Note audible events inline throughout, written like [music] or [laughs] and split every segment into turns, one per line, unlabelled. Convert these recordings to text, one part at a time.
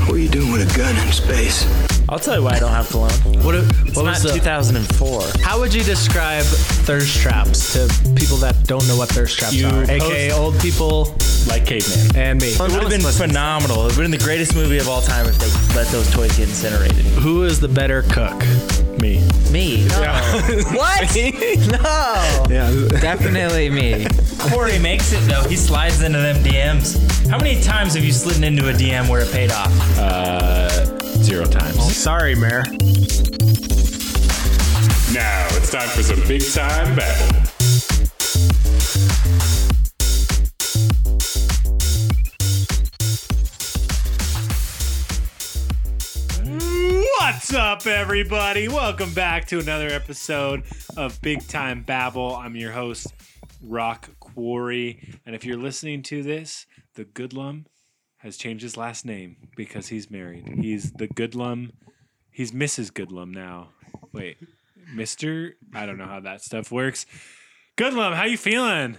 a gun in space.
I'll tell you why I don't have cologne.
What,
It's not 2004.
How would you describe thirst traps to people that don't know what thirst traps
You
are, aka
post-
old people
Like caveman.
and me?
It would have been phenomenal. It would have been the greatest movie of all time if they let those toys
[laughs]
get incinerated.
Who is the better cook?
Me.
Me. No. What? [laughs] No.
Yeah,
Definitely me.
Corey makes it though. He slides into them DMs. How many times have you slid into a DM where it paid off?
Uh, zero times.
sorry, Mayor.
Now it's time for some big time babble.
What's up, everybody? Welcome back to another episode of Big Time Babble. I'm your host, Rock Quarry. And if you're listening to this, the Goodlum has changed his last name because he's married. He's the Goodlum. He's Mrs. Goodlum now. Wait, Mr. I don't know how that stuff works. Goodlum, how you feeling?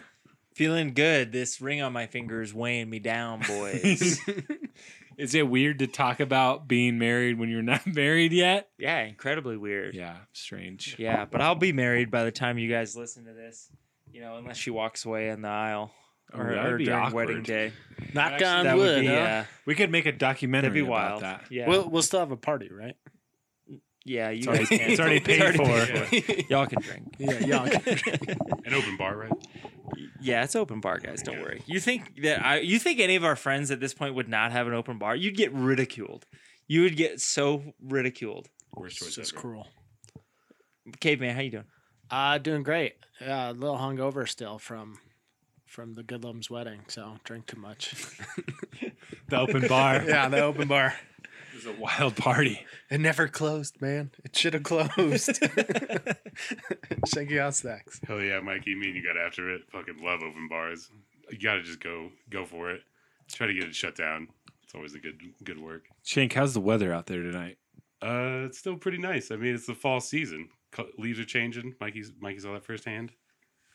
Feeling good. This ring on my finger is weighing me down, [laughs] boys.
Is it weird to talk about being married when you're not [laughs] married yet?
yeah, incredibly weird. Yeah.
Yeah, strange.
but I'll be married by the time you guys listen to this. You know, unless she walks away in the aisle
Oh,
or,
that'd
or
be
during
awkward.
wedding day.
Knock
Actually,
on
that
wood.
would be
huh?
uh,
We could make a documentary
that'd be
about
wild.
that.
Yeah, [laughs]
We'll we'll still have a party, right?
yeah, you
already-
guys can.
it's already paid for.
Y'all can drink.
Yeah, yeah.
[laughs]
An open bar, right?
Yeah, it's open bar, guys. Don't worry. You think that I, you think any of our friends at this point would not have an open bar? You'd get ridiculed. You would get so ridiculed.
Worst choice
It's
ever.
cruel.
Caveman, how you doing?
Uh, doing great. Uh, a little hungover still from from the Goodlum's wedding, so drink too much.
The open bar.
yeah, the open bar.
It was a wild party.
[laughs] It never closed, man. It should have closed. Check you out, Stacks.
Hell yeah, Mikey. Me and you got after it. Fucking love open bars. You gotta just go go for it. Try to get it shut down. It's always a good good work.
Shank, how's the weather out there tonight?
Uh, it's still pretty nice. I mean, it's the fall season. Co- leaves are changing. Mikey's Mikey saw that firsthand.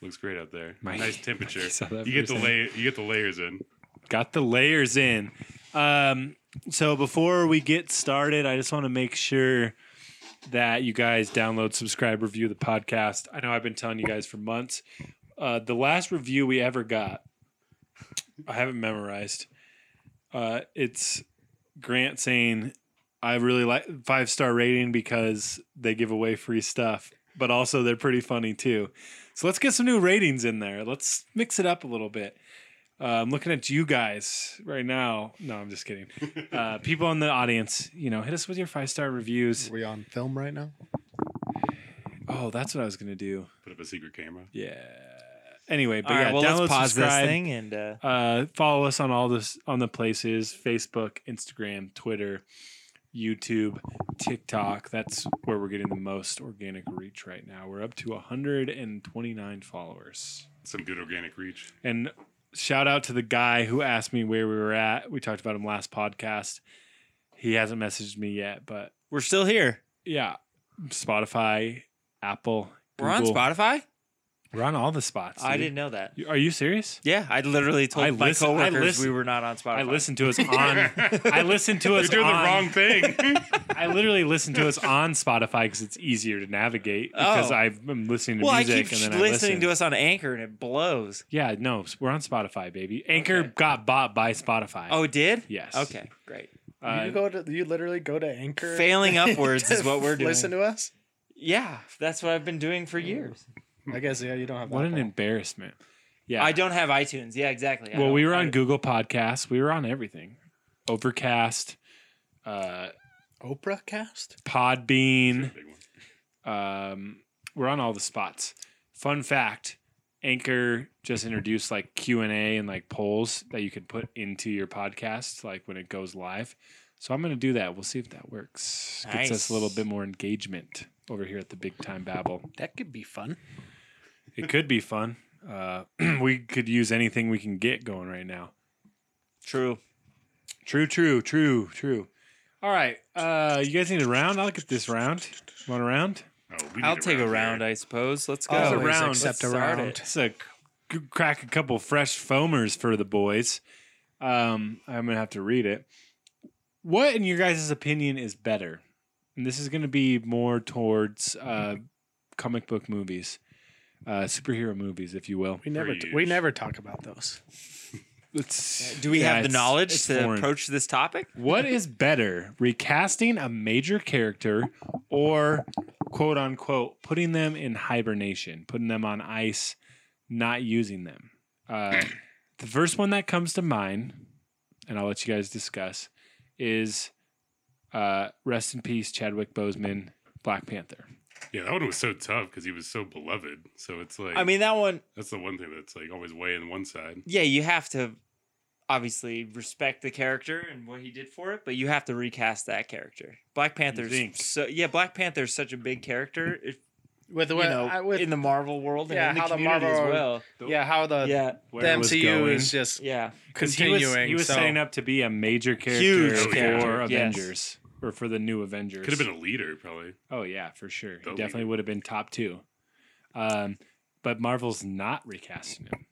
Looks great out there.
Mikey-
nice temperature.
Mikey saw that
You get the
firsthand.
layer. You get the layers in.
Got the layers in. Um, so before we get started, I just want to make sure that you guys download, subscribe, review the podcast. I know I've been telling you guys for months. Uh, the last review we ever got, I haven't memorized. Uh, it's Grant saying, I really like five star rating because they give away free stuff, but also they're pretty funny too. So let's get some new ratings in there. Let's mix it up a little bit. Uh, I'm looking at you guys right now. No, I'm just kidding. Uh, people in the audience, you know, hit us with your five star reviews.
Are we on film right now?
Oh, that's what I was gonna do.
Put up a secret camera.
Yeah. Anyway, but
All
yeah,
right, well,
download,
let's pause this
subscribe,
thing and uh,
Uh, follow us on all this on the places: Facebook, Instagram, Twitter, YouTube, TikTok. That's where we're getting the most organic reach right now. We're up to 129 followers.
Some good organic reach.
And shout out to the guy who asked me where we were at. We talked about him last podcast. He hasn't messaged me yet, but
we're still here.
yeah, Spotify, Apple,
We're on
Google.
Spotify.
We're on all the spots.
I
dude.
didn't know that.
You- Are you serious?
Yeah, I literally told
I
my
listen- I
coworkers
listen-
we were not on Spotify.
I
[laughs]
listened to us on. I listened to
You're
us.
doing
on-
the wrong thing.
I literally listened to us on Spotify because it's easier to navigate because
Oh.
I'm listening to
Well, I
music
keep
and then
listening
I listen.
to us on Anchor and it blows.
Yeah, no, we're on Spotify, baby. Anchor
Okay.
got bought by Spotify.
Oh, it did?
yes.
Okay, great.
Uh,
you go to you literally go to Anchor. [laughs]
Failing upwards
to
is what we're doing.
Listen to us.
Yeah, that's what I've been doing for years.
I guess yeah, you don't have.
what an
Apple.
embarrassment. Yeah.
I don't have iTunes. Yeah, exactly. I
Well,
don't-
we were
I-
on Google Podcasts. We were on everything. Overcast, uh,
Oprah cast.
Podbean.
Big one.
Um, we're on all the spots. Fun fact: Anchor just introduced like Q and A and like polls that you can put into your podcast, like when it goes live. So I'm gonna do that. We'll see if that works. Gets us a little
Nice.
bit more engagement over here at the Big Time Babble.
That could be fun.
It could be fun. Uh, [clears throat] we could use anything we can get going right now.
True.
True, true, true, true. All right. Uh, you guys need a round? I'll get this round. Want a round? Oh,
Oh, we
I'll
need
take a round,
here.
I suppose. Let's go.
There's a
Always
round.
accept a
Let's start
round.
it.
Just a c- crack a couple fresh foamers for the boys. Um, I'm gonna have to read it. what in your guys' opinion is better? And this is going to be more towards uh, comic book movies, uh, superhero movies, if you will.
We never
Pretty
we
huge.
never talk about those.
It's-
Do we
yeah,
have the
it's-
knowledge
it's
to
foreign.
approach this topic?
What is better, recasting a major character or quote unquote putting them in hibernation, putting them on ice, not using them? Uh, the first one that comes to mind, and I'll let you guys discuss, is uh, rest in peace, Chadwick Boseman, Black Panther.
Yeah, that one was so tough because he was so beloved. So it's like
I mean, that one.
that's the one thing that's like always weighing one side.
Yeah, you have to obviously respect the character and what he did for it, but you have to recast that character. Black Panther's
think?
so yeah, Black Panther's such a big character. If,
with the
you
way
know,
I, with,
in the Marvel world and
yeah,
in the
how the
community as
Marvel- uh,
well.
yeah how the,
uh, yeah,
the
Where it was
MCU
going.
is just
yeah.
Because he was,
continuing,
he was
so-
setting up to be a major character
Huge
for
character, yes.
Avengers or for the new Avengers.
Could have been a leader, probably.
Oh yeah, for sure. He
Don't
definitely
leave
would have been top two. Um, but Marvel's not recasting him.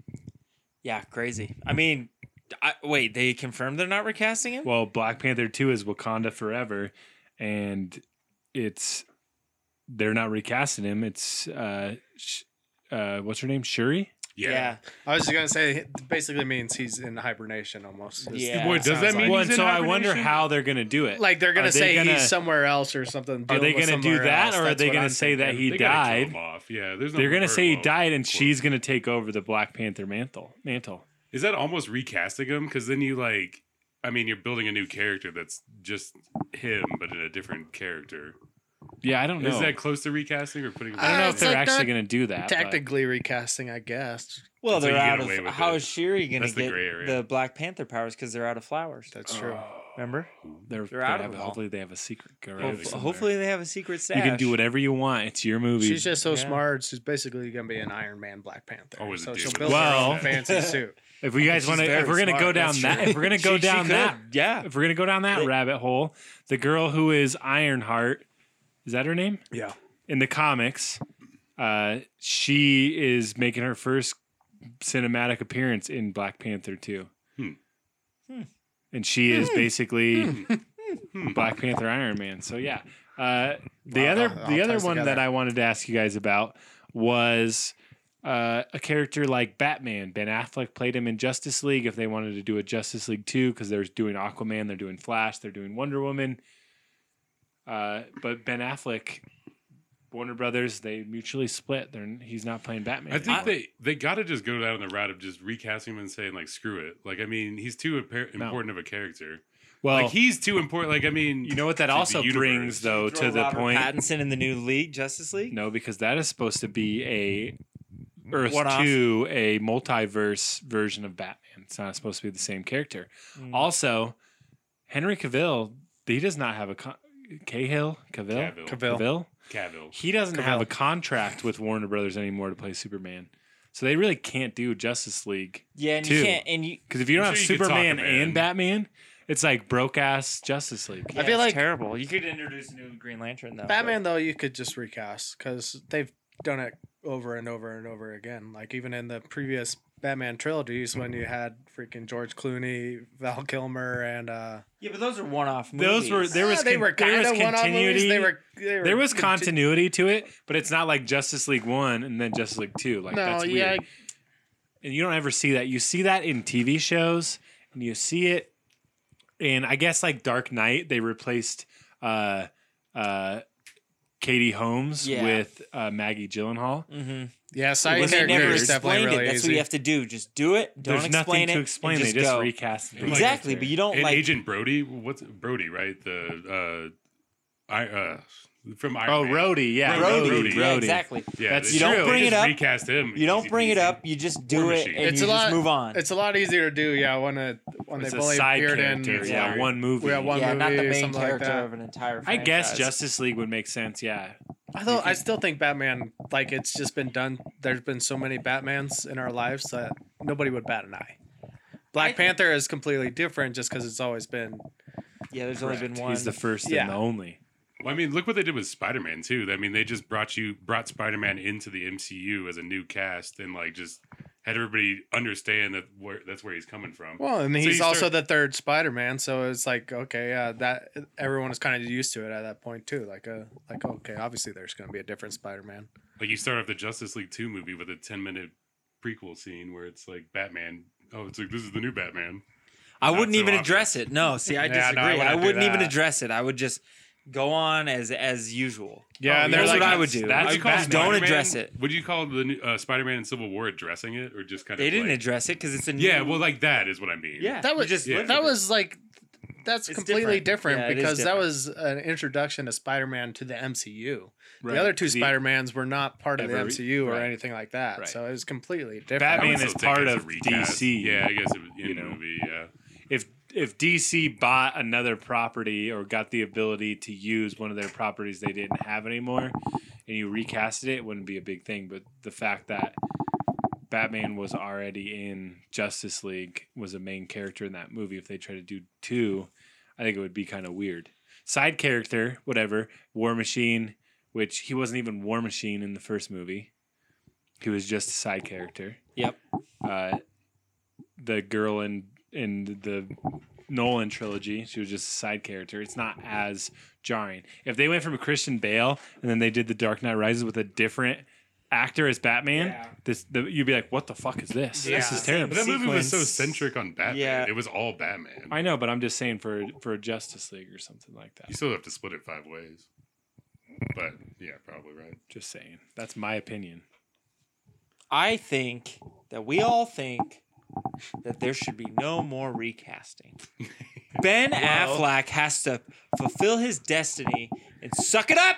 Yeah, crazy. I mean, I, wait, they confirmed they're not recasting him?
Well, Black Panther two is Wakanda Forever, and it's they're not recasting him. It's uh, sh- uh, what's her name? Shuri.
Yeah.
I was just gonna say it basically means he's in hibernation almost. It's-
Yeah.
Boy, does
Sounds
that mean?
like-
Well,
he's
and
in
so I wonder
hibernation?
how they're gonna do it.
Like they're gonna
Are they
say
gonna-
he's somewhere else or something.
Are they
dealing with
gonna do
somewhere
that,
else.
or are
That's
they
what
gonna
I'm
say that
thinking.
he
They gotta kill
died?
him off. Yeah, there's no
They're gonna
more
say he
love.
died, and
Of course.
she's gonna take over the Black Panther mantle. Mantle.
Is that almost recasting him? Because then you like, I mean, you're building a new character that's just him, but in a different character.
Yeah, I don't know.
Is that Uh, close to recasting or putting? him
I don't know
back?
if
It's
they're
like
actually
not
gonna do that. but-
Technically recasting, I guess.
Well,
So
they're
you get
out of
away with
how
it.
is Shuri going to
That's the
get
gray area.
the Black Panther powers because they're out of flowers?
That's true.
Oh.
Remember?
They're,
They're
they
out of
have,
them all.
hopefully they have a secret
Hopefully-
garage.
Hopefully,
somewhere.
hopefully they have a secret stash.
you can do whatever you want. It's your movie.
She's just so
Yeah.
smart. She's basically gonna be an Iron Man, Black Panther.
Always a
so
dude
she'll
with
build
that.
her
Well-
own
[laughs]
fancy suit.
if you guys
She's
want to,
very
if we're gonna
smart,
go down
that's
that,
true.
if we're gonna
She-
go
she
down
could,
that,
yeah.
if we're gonna go down that
Like-
rabbit hole, the girl who is Ironheart, is that her name?
Yeah.
In the comics, uh, she is making her first cinematic appearance in Black Panther two,
Hmm.
and she is basically
Hmm.
[laughs] Black Panther Iron Man. So yeah, uh, the
Wow,
other
that all
the other
ties
one that
together.
I wanted to ask you guys about was uh, a character like Batman. Ben Affleck played him in Justice League. If they wanted to do a Justice League 2, because they're doing Aquaman, they're doing Flash, they're doing Wonder Woman. Uh, but Ben Affleck, Warner Brothers, they mutually split. They're, he's not playing Batman.
I think
anymore.
they they got to just go down the route of just recasting him and saying like, screw it. Like, I mean, he's too imper-
No.
important of a character.
well,
Like, he's too important. Like, I mean,
you know what that
to the
also brings,
universe.
though,
Throw
to the
Robert
point.
Pattinson in the new League Justice League.
No, because that is supposed to be a Earth
One-off.
Two, a multiverse version of Batman. It's not supposed to be the same character.
Mm.
Also, Henry Cavill, he does not have a con- Cahill Cavill
Cavill.
Cavill.
Cavill.
He doesn't have a contract with Warner Brothers anymore to play Superman. So they really can't do Justice League
Yeah, and
Two.
you can't. And you,
because if you don't
I'm
have
sure you could talk
Superman
him
and
in.
Batman, it's like broke ass Justice League.
yeah,
I feel
it's
like
terrible. You could introduce a new Green Lantern though. but-
Batman though, you could just recast because they've done it over and over and over again. Like even in the previous Batman trilogies, when you had freaking George Clooney, Val Kilmer, and uh,
Yeah, but those are one-off movies.
Those were there was
Ah, they
con-
were
there
kind
was
of one on movies.
continuity.
They were, they were
There was
conti-
continuity to it, but it's not like Justice League One and then Justice League Two. Like
No,
that's weird.
yeah,
And you don't ever see that. You see that in TV shows, and you see it in I guess like Dark Knight. They replaced uh, uh, Katie Holmes
Yeah. Mm-hmm.
with uh, Maggie Gyllenhaal.
yeah.
When
Side
they never
character is definitely
explained
really
it. That's what
easy.
you have to do. Just do it. Don't
There's
explain
nothing
it.
to
and
explain.
Just
they just
go.
recast. it.
Exactly, but you don't
And
like.
Agent Brody. What's Brody? Right. The uh, I uh, from Iron
Oh,
Man.
Rhodey, yeah,
Brody.
Rhodey,
Brody.
Yeah,
Rhodey.
exactly.
Yeah,
That's
they
You
just-
don't
they
bring it
just
up.
Recast him.
You don't
Easy
bring it
peasy.
up. You just do
War
it,
Machine.
and
It's
you
a
just
lot-
move on.
It's a lot easier to do, yeah. When a when
It's
they've
a
only
side
appeared
character.
in
Yeah,
yeah.
one movie.
yeah one
yeah,
movie,
not the main
something
character
like
of
that.
an entire.
I guess
franchise.
Justice League would make sense. Yeah,
I thought I still think Batman. Like it's just been done. There's been so many Batmans in our lives that nobody would bat an eye. Black Panther is completely different, just because it's always been.
Yeah, there's only been one.
he's the first
Yeah.
and the only.
Well, I mean, look what they did with Spider Man too. I mean, they just brought you brought Spider Man into the MCU as a new cast and like just had everybody understand that where that's where he's coming from.
Well, and
So
he's
you
also
start-
the third Spider-Man, so it's like okay, yeah, that everyone is kind of used to it at that point too. Like, uh, like okay, obviously there's going to be a different Spider-Man.
like you start off the Justice League two movie with a ten minute prequel scene where it's like Batman. Oh, it's like this is the new Batman.
I
Not
wouldn't
so
even
obvious.
address it. No, see, I
Yeah, no, I
disagree.
wouldn't
I
do
wouldn't even
that.
address it. I would just go on as as usual.
Yeah, and
Oh, That's
they're
what
like-
I would do.
that's
I
Would
would
you call
just don't
Spider-Man-
address it.
Would you call the new- uh, Spider-Man in Civil War addressing it, or just kind of?
They didn't
like-
address it because it's a new,
Yeah, well, like that is what I mean.
yeah.
That
you
was
just
yeah.
live
that
with it.
was like that's
It's
completely
different.
different,
Yeah, it is
because
different.
that was an introduction to Spider-Man to the MCU.
Right.
The other two
The-
Spider-Mans were not part of the
Ever-
MCU or
right.
anything like that.
Right.
So it was completely different.
Batman
would
is
still take
part
it as a
of
recast.
DC,
Yeah, I guess it was in
you
the
know.
movie. Yeah,
if if DC bought another property or got the ability to use one of their properties they didn't have anymore, and you recasted it, it wouldn't be a big thing. But the fact that Batman was already in Justice League was a main character in that movie. If they try to do two, I think it would be kind of weird. Side character, whatever. War Machine, which he wasn't even War Machine in the first movie. He was just a side character.
Yep.
Uh, the girl in in the Nolan trilogy, she was just a side character. It's not as jarring. If they went from Christian Bale and then they did the Dark Knight Rises with a different actor as Batman, this the, you'd be like, what the fuck is this? This is
but
terrible.
that movie was so
Sequence.
centric on Batman.
Yeah.
it was all Batman.
I know, but I'm just saying for for a Justice League or something like
You
that.
still have to split it five ways. But yeah, probably right.
Just saying. That's my opinion.
I think that we all think that there should be no more [laughs] recasting. Ben Affleck has to fulfill his destiny and suck it up.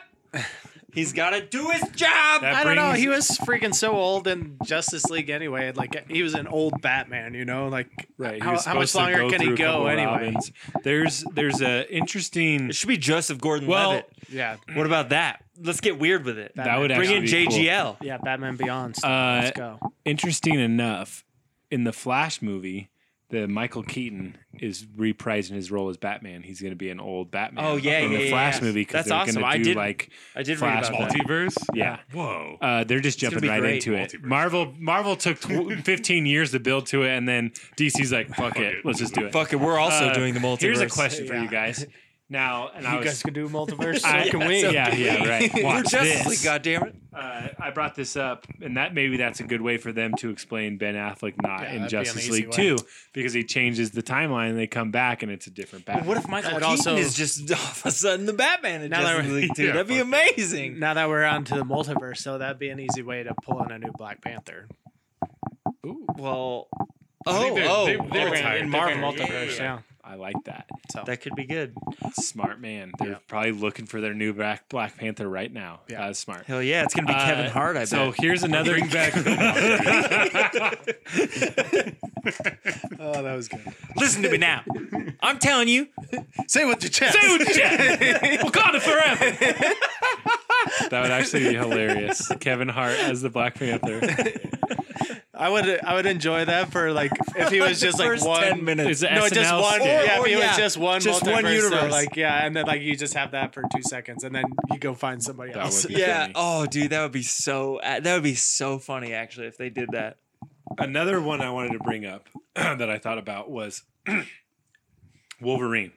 He's got to do his job.
That
I don't know.
brings-
He was freaking so old in Justice League anyway. Like he was an old Batman, you know. Like
Right.
how,
was
how much
supposed to
longer can
through
he
a couple
go
of
anyway?
Robins. There's there's a interesting
it should be Joseph
well
Gordon-Levitt.
Yeah,
what about that? Let's get weird with it.
that would
Bring
actually
in
be
JGL.
Yeah, Batman Beyond.
Cool.
stuff.
Uh,
Let's go.
interesting enough, in the Flash movie, the Michael Keaton is reprising his role as Batman. He's going to be an old Batman.
Oh, yeah,
in
yeah,
the
yeah,
Flash
yeah.
movie because
That's
they're
awesome. I
going to do
did-
like
I did
Flash
read about that.
Multiverse?
yeah.
Whoa.
Uh, they're just
gonna
jumping
be
right
great.
into it.
Multiverse.
Marvel Marvel took tw- 15 years to build to it, and then DC's like, fuck it,
it.
let's just do it.
Fuck it, we're also
Uh,
doing the multiverse.
Here's
[laughs]
a question for you guys. Now, and I
You
was,
guys could do multiverse.
[laughs]
so
[laughs] I-
can we?
so yeah, [laughs] yeah, right.
We're
Watch
Justice
this.
League, goddammit.
uh, I brought this up, and that maybe that's a good way for them to explain Ben Affleck not
Yeah, that'd be
in
an
Justice
easy
League
way.
Two because he changes the timeline and they come back and it's a different Batman.
What if Michael
I'd
Keaton
also-
is just [laughs] all of a sudden the Batman in
Now that
Justice
we're-
[laughs] League 2?
Yeah,
That'd be
fuck it.
amazing.
Now that we're on to the multiverse, so that'd be an easy way to pull in a new Black Panther.
Well,
I
oh,
think they're-
oh,
they-
oh,
they're tired.
in
They're
Marvel
tired.
multiverse.
Yeah.
Yeah.
I like that?
That could be good.
Smart man. They're probably looking for their new Black Black Panther right now.
Yeah.
That is smart.
Hell yeah, it's gonna be Kevin
Uh,
Hart. I
So
bet.
here's another. [laughs]
oh, that was good.
[laughs]
Listen to me now. [laughs] I'm telling you,
Say what you chest.
Say what you said. Wakanda forever.
[laughs]
that would actually be hilarious. Kevin Hart as the Black Panther.
I would I would enjoy that for like if he [laughs]
[laughs]
was just like
first
one
10 minutes.
It's an
No, just
SNL
one.
skit.
yeah,
Or-
if it
yeah,
was just one,
just one
multiverse, so,
universe.
like yeah, and then like you just have that for two seconds, and then you go find somebody
That
else.
would be
Yeah.
funny.
Oh, dude, that would be so. Uh, that would be so funny actually if they did that.
another one I wanted to bring up [clears throat] that I thought about was [clears throat] Wolverine.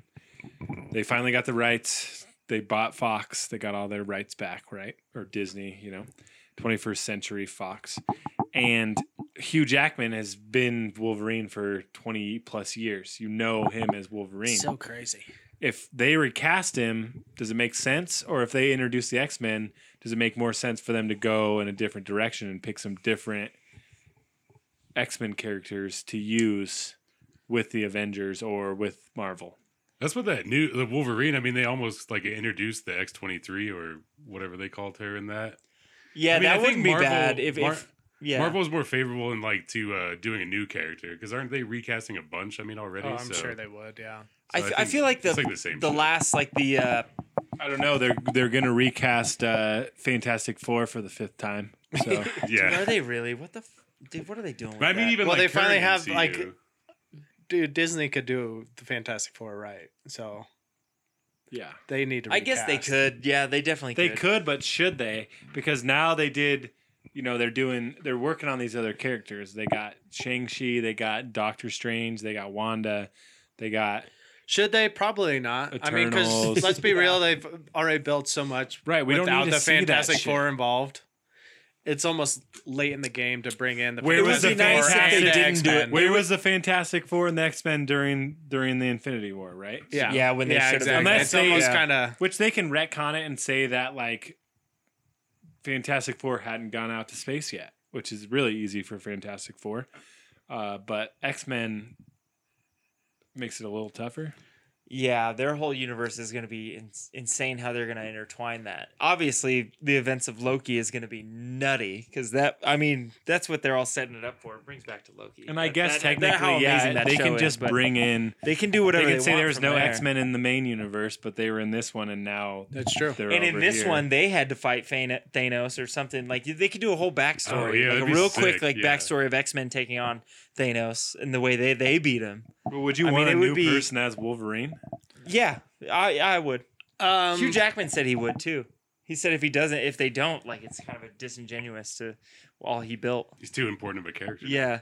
They finally got the rights. They bought Fox. They got all their rights back, right? Or Disney, you know, 21st Century Fox. And Hugh Jackman has been Wolverine for 20 plus years. You know him as Wolverine.
So crazy.
if they recast him, does it make sense? Or if they introduce the X Men, does it make more sense for them to go in a different direction and pick some different X Men characters to use with the Avengers or with Marvel?
That's what that new the Wolverine. I mean, they almost like introduced the X twenty three or whatever they called her in that.
Yeah,
I mean,
that
I think
wouldn't be
Marvel-
bad if,
Mar-
if yeah.
Marvel's more favorable in like to uh doing a new character because aren't they recasting a bunch? I mean, already.
Oh, I'm
so.
sure they would. Yeah.
I,
so I
f- I
think
feel like the
it's like the same shit.
last like the uh,
I don't know. They're they're gonna recast uh, Fantastic Four for the fifth time. So
Yeah.
are they really what the f- dude what are they doing? With
But I mean,
that?
even
Well,
like
they finally
current
have,
MCU,
like- Dude, Disney could do the Fantastic Four right, so
yeah,
they need to.
I guess they
recast.
could. Yeah, they definitely
they
could.
could, but should they? Because now they did you know they're doing they're working on these other characters. They got Shang Chi, they got Doctor Strange, they got Wanda, they got
Should they? Probably not. I mean, because
Eternals.
[laughs]
let's be real, they've already built so much
right. We don't
without
need to
the
see
Fantastic
that shit.
Four involved. It's almost late in the game to bring in the
Where was
Fantastic
the
Four
nice if
and
they
the
didn't do it?
X-Men.
Where was the Fantastic Four and the X Men during during the Infinity War, right?
Yeah,
Yeah, when they should've been-
Unless
Unless
it's
they- uh,
almost
yeah.
kind of
Which they can retcon it and say that like Fantastic Four hadn't gone out to space yet, which is really easy for Fantastic Four. Uh, but X Men makes it a little tougher.
Yeah, their whole universe is going to be in- insane how they're going to intertwine that. Obviously, the events of Loki is going to be nutty because that, I mean, that's what they're all setting it up for. It brings back to Loki.
And I
That-
guess
that- that-
technically,
how
yeah,
amazing that
they
show
can
is,
just
but
bring in.
They can do whatever
they
they,
can say
want
there was
from
no X Men in the main universe, but they were in this one, and now
that's true.
they're
And in
over
this
here.
one, they had to fight Thana- Thanos or something. Like they could do a whole backstory,
Oh, yeah,
like
that'd
a
be
real
sick,
quick like
yeah.
backstory of X Men taking on Thanos and the way they they beat him.
But would you
I mean,
want
it
a
would
new
be-
person as Wolverine?
Yeah, I I would.
Um,
Hugh Jackman said he would too. He said if he doesn't, if they don't, like it's kind of a disingenuous to all he built.
He's too important of a character.
Yeah,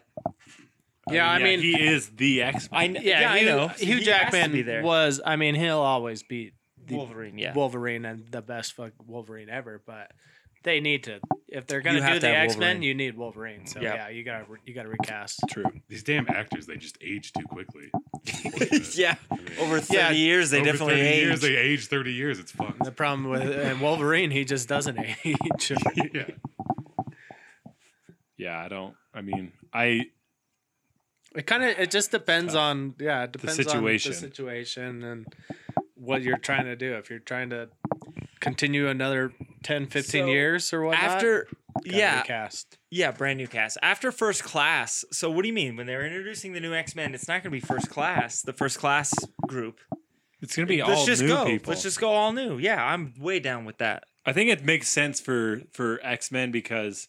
yeah, I
Yeah,
mean,
he is the X.
I kn-
yeah,
yeah, I
Hugh-
know
Hugh
He has to
Jackman
be there.
was I mean he'll always be the
Wolverine. Yeah,
Wolverine and the best fuck Wolverine ever, but they need to if they're gonna
You have
do
to
the
have
X Men,
Wolverine.
you need Wolverine. So
Yeah.
yeah, you gotta re- you gotta recast.
True.
These damn actors, they just age too quickly.
[laughs] yeah. Over thirty years, they
Over
definitely
30
age.
Years, they age 30 years. It's fun.
The problem with and Wolverine, he just doesn't [laughs] age.
[laughs] yeah.
Yeah, I don't. I mean, I
it kind of it just depends on yeah, it depends
situation.
on the situation and what you're trying to do. If you're trying to continue another 10, 15
So,
years or whatnot,
After
gotta
yeah,
recast.
Yeah, brand new cast. After first class. So what do you mean when they're introducing the new X Men? It's not going to be first class. The first class group.
it's gonna be
Let's
all
just
new
go.
people.
Let's just go all new. Yeah, I'm way down with that.
I think it makes sense for for X Men because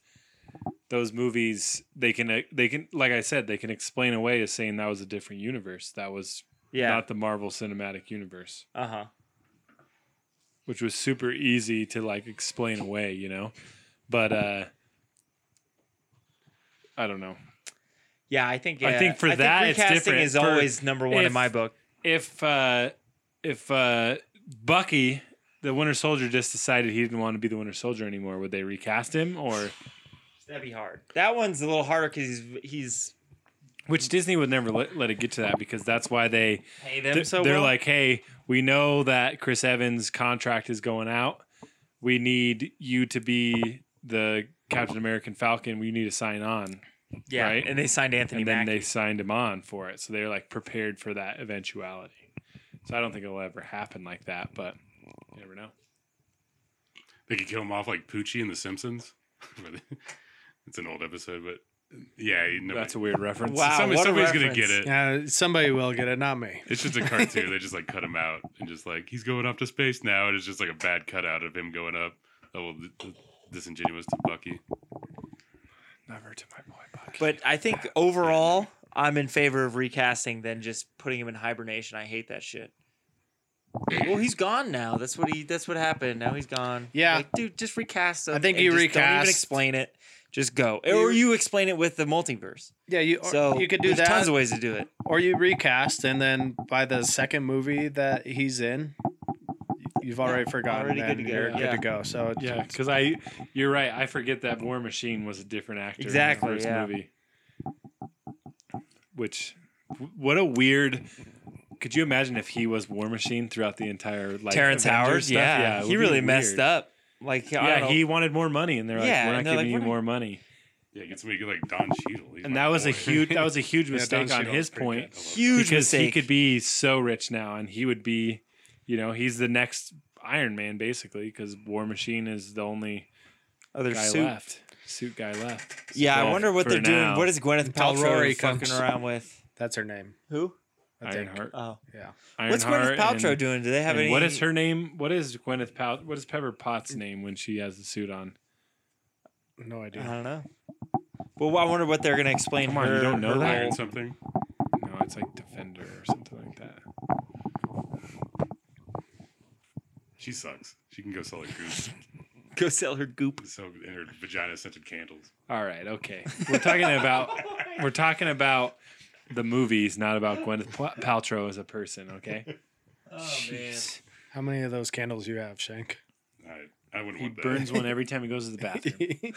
those movies they can they can like I said they can explain away as saying that was a different universe that was
Yeah.
not the Marvel Cinematic Universe,
Uh huh.
which was super easy to like explain away, you know. But uh I don't know
Yeah, I think.
I
yeah.
think for that, it's
recasting
different.
is
For-
always number one
if-
in my book.
if uh if uh Bucky the Winter Soldier just decided he didn't want to be the Winter Soldier anymore, would they recast him or?
That'd be hard. That one's a little harder because he's he's
Which Disney would never let, let it get to that because that's why they
pay them
they're,
so
they're
well.
like, hey, we know that Chris Evans' contract is going out. We need you to be the Captain American Falcon. We need to sign on,
yeah,
right.
and they signed Anthony
and then
Mackie.
they signed him on for it. So they're like prepared for that eventuality. So I don't think it'll ever happen like that, but you never know.
They could kill him off like Poochie in The Simpsons. [laughs] it's an old episode, but yeah, you never,
That's a weird reference.
Wow.
somebody-
what a
somebody's gonna
reference.
get it.
Yeah, somebody will get it, not me.
It's just a cartoon. they just like cut him out and just like he's going off to space now, and it's just like a bad cutout of him going up. Oh, A little d- d- disingenuous to Bucky.
Never to my boy Bucky.
but I think overall, I'm in favor of recasting than just putting him in hibernation. I hate that shit. Well, he's gone now. That's what he. That's what happened. Now he's gone.
Yeah.
like, dude, just recast him.
I think
and
you
just Don't
recast-
even explain it. Just go, or you explain it with the multiverse.
Yeah, you or
So
you could do
there's
that,
Tons of ways to do it.
or you recast, and then by the second movie that he's in, you've already forgotten.
already good
and
to go,
You're
yeah.
good to go. So it's-
Yeah, because I, you're right. I forget that War Machine was a different actor
Exactly,
in the first
yeah.
movie. Which, w- what a weird. Could you imagine if he was War Machine throughout the entire like
Terrence
Avengers
Howard.
stuff?
Yeah,
it would
he
be
really
weird.
messed up. Like, I
Yeah,
don't
he
know.
wanted more money, and they're like,
Yeah,
"We're not
and they're
giving
like,
you
"What are [laughs]
more money."
Yeah, get somebody like Don Cheadle. He's
And
my
that was a
boy. [laughs]
huge, that was a [laughs] huge
Yeah, Don
mistake on
Cheadle's
his
pretty
point
good.
huge
because
mistake.
he could be so rich now, and he would be, you know, he's the next Iron Man basically because War Machine is the only
other
guy
suit.
left. Suit guy left.
Yeah, I
Well,
wonder what
for
they're doing.
now,
What is Gwyneth
Until Rory
Paltrow
comes.
fucking around with?
that's her name.
Who?
I think.
Ironheart?
Oh,
Yeah.
what's Gwyneth
Ironheart
Paltrow
and-
doing? Do they have
and
any?
What is her name? What is Gwyneth Pal? What is Pepper Potts' name when she has the suit on?
No
I
idea.
don't know. Well, I wonder what they're gonna explain.
Come on,
her,
you don't know
her
that?
Iron
role.
something.
No, it's like Defender or something like that.
She sucks. She can go sell a goose.
Go sell her goop.
So and her vagina scented candles.
All right, okay.
[laughs]
We're talking about
Oh
we're talking about the movies, not about Gwyneth P- Paltrow as a person.
[laughs]
Okay.
Oh
How many of those candles you have, Shank?
I, I wouldn't
He
want that.
burns one every time he goes to the
[laughs]
bathroom.
[laughs]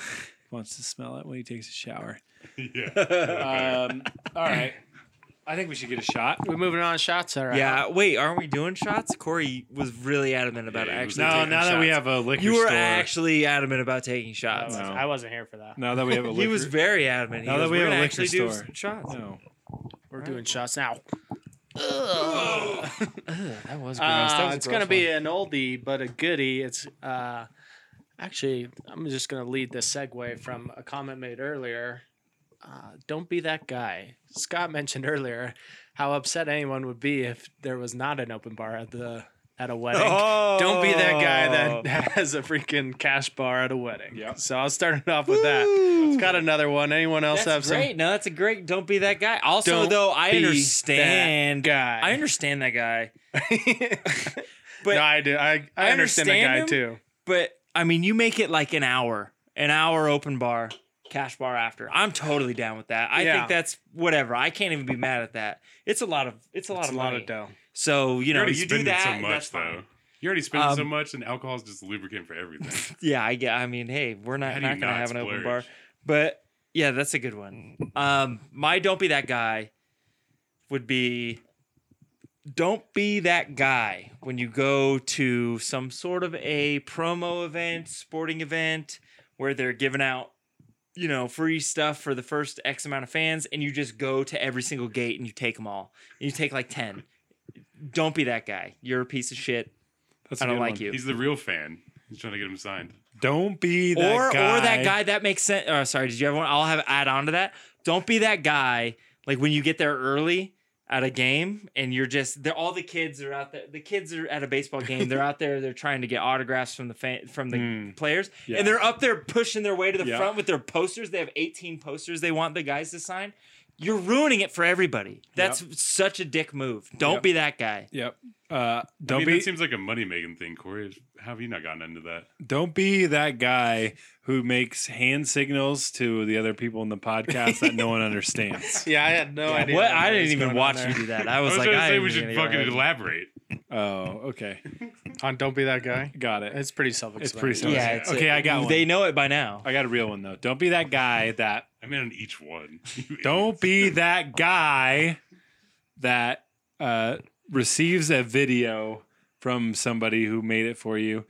He wants to smell it when he takes a shower.
[laughs] yeah.
[laughs]
Better.
Um, all right. I think we should get a shot.
We're moving on shots, all right?
Yeah, wait, aren't we doing shots? Corey was really adamant about
Yeah, he was-
actually.
No, now
taking
that we
shots.
have a liquor
you were
store.
actually adamant about taking
I,
shots.
was,
No.
not here for that.
now that we
[laughs]
have a liquor
He was very adamant. He
Now
goes,
that we
"We're
have a
gonna
liquor
actually do
store."
s- shots.
No.
We're doing shots now.
That was gross.
Uh,
that was a
it's going to
gross
be an oldie, but a goodie. It's uh, actually, I'm just going to lead this segue from a comment made earlier. Uh, don't be that guy. Scott [laughs] mentioned earlier how upset anyone would be if there was not an open bar at the at a wedding.
one. Oh.
Don't be that guy
[laughs]
that has a freaking cash bar at a wedding.
Yep.
So I'll start it off with that. Got another one. Anyone else
That's
have some?
great. No, that's a great. Don't be that guy. Also,
Don't
though, I
be
understand.
that guy.
I understand that guy. But-
but no, I do. I, I,
I
understand, that guy
understand
too.
But I mean, you make it like an hour, an hour open bar, cash bar after. I'm totally down with that. I
Yeah.
think that's whatever. I can't even be mad at that. It's a lot of. It's a lot
It's
of
a lot
money.
of dough.
So you
You're
know,
already
you do
spending
that.
so
and that's
much
fine.
though. You already spending so
Um,
much, and alcohol is just lubricant for everything.
Yeah, I get. I mean, hey, we're
How
not
do
not
you
gonna
not
have an open bar,
splurge?
but yeah, that's a good one. Um, my don't be that guy would be don't be that guy when you go to some sort of a promo event, sporting event where they're giving out you know free stuff for the first X amount of fans, and you just go to every single gate and you take them all. you take like ten. Don't be that guy. You're a piece of shit.
That's a
I don't
good
like
one.
you.
He's the real fan. He's trying to get him signed.
Don't be that
or
guy.
or that guy that makes sense. Oh, sorry, did you have one? I'll have add on to that. Don't be that guy. Like when you get there early at a game and you're just there. All the kids are out there. The kids are at a baseball game. They're out there. They're trying to get autographs from the fan, from the
Mm.
players,
Yeah.
and they're up there pushing their way to the
Yeah.
front with their posters. They have 18 posters they want the guys to sign. You're ruining it for everybody. That's such a dick move. Don't
Yep.
be that guy.
Yep. Uh,
I
don't
mean,
be
that seems like a money making thing, Corey. How have you not gotten into that?
don't be that guy who makes hand signals to the other people in the podcast that
[laughs]
no one understands.
Yeah, I had no idea.
What? I didn't
was
even
going on
watch
there.
you do that. I
I
was,
was,
like,
trying to
I
say
ain't
we
even
should
gonna
fucking
go there.
elaborate.
Oh, okay.
On Don't Be That Guy.
Got it.
It's pretty
It's
self-explanatory.
pretty simple.
Yeah, it's
okay, I
I
got one.
They know it by now.
I got a real one though. Don't be that guy that
[laughs] I'm in on each one. [laughs] You
Don't be that guy that uh, receives a video from somebody who made it for you